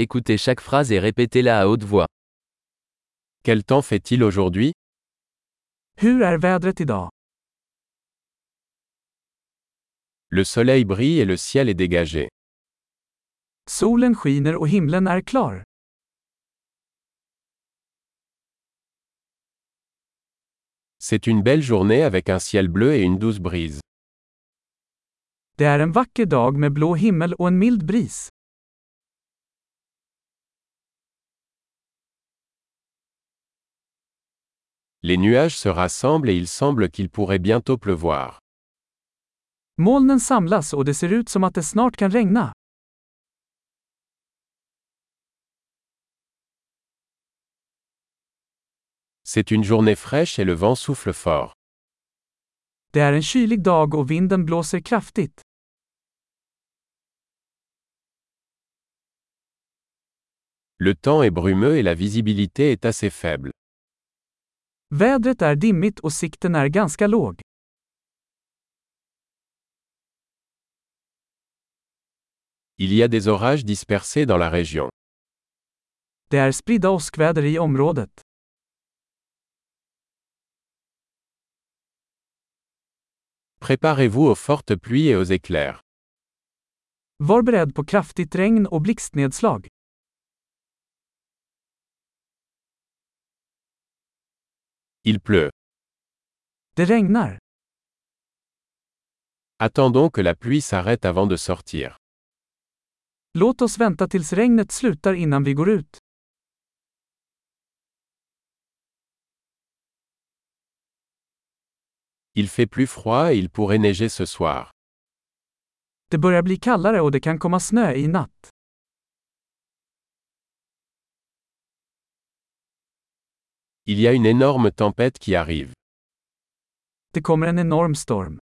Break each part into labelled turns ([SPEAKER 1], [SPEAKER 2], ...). [SPEAKER 1] Écoutez chaque phrase et répétez-la à haute voix. Quel temps fait-il aujourd'hui
[SPEAKER 2] Hur är vädret idag?
[SPEAKER 1] Le soleil brille et le ciel est dégagé.
[SPEAKER 2] Solen skiner och himlen är klar.
[SPEAKER 1] C'est une belle journée avec un ciel bleu et une douce brise.
[SPEAKER 2] Det är en vacker dag med blå himmel och en mild bris.
[SPEAKER 1] Les nuages se rassemblent et il semble qu'il pourrait bientôt pleuvoir.
[SPEAKER 2] Molnen samlas och det ser ut som att det snart kan regna.
[SPEAKER 1] C'est une journée fraîche et le vent souffle fort.
[SPEAKER 2] Det är en kylig dag och vinden blåser kraftigt.
[SPEAKER 1] Le temps est brumeux et la visibilité est assez faible.
[SPEAKER 2] Vädret är dimmigt och sikten är ganska låg.
[SPEAKER 1] Il y a des orages dispersés dans la région.
[SPEAKER 2] Det är spridda åskväder i området.
[SPEAKER 1] Préparez-vous aux fortes pluies et aux éclairs.
[SPEAKER 2] Var beredd på kraftigt regn och blixtnedslag.
[SPEAKER 1] Il pleut.
[SPEAKER 2] Det regnar.
[SPEAKER 1] Attendons que la pluie s'arrête avant de sortir.
[SPEAKER 2] Låt oss vänta tills regnet slutar innan vi går ut.
[SPEAKER 1] Il fait plus froid et il pourrait neiger ce soir.
[SPEAKER 2] Det börjar bli kallare och det kan komma snö i natt.
[SPEAKER 1] Il y a une énorme tempête qui arrive.
[SPEAKER 2] Det kommer en enorm storm.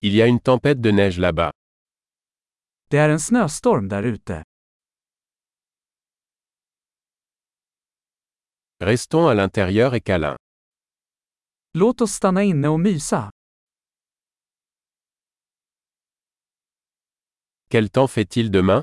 [SPEAKER 1] Il y a une tempête de neige là-bas.
[SPEAKER 2] Det är en snöstorm där ute.
[SPEAKER 1] Restons à l'intérieur et câlin.
[SPEAKER 2] Låt oss stanna inne och mysa.
[SPEAKER 1] Quel temps fait-il demain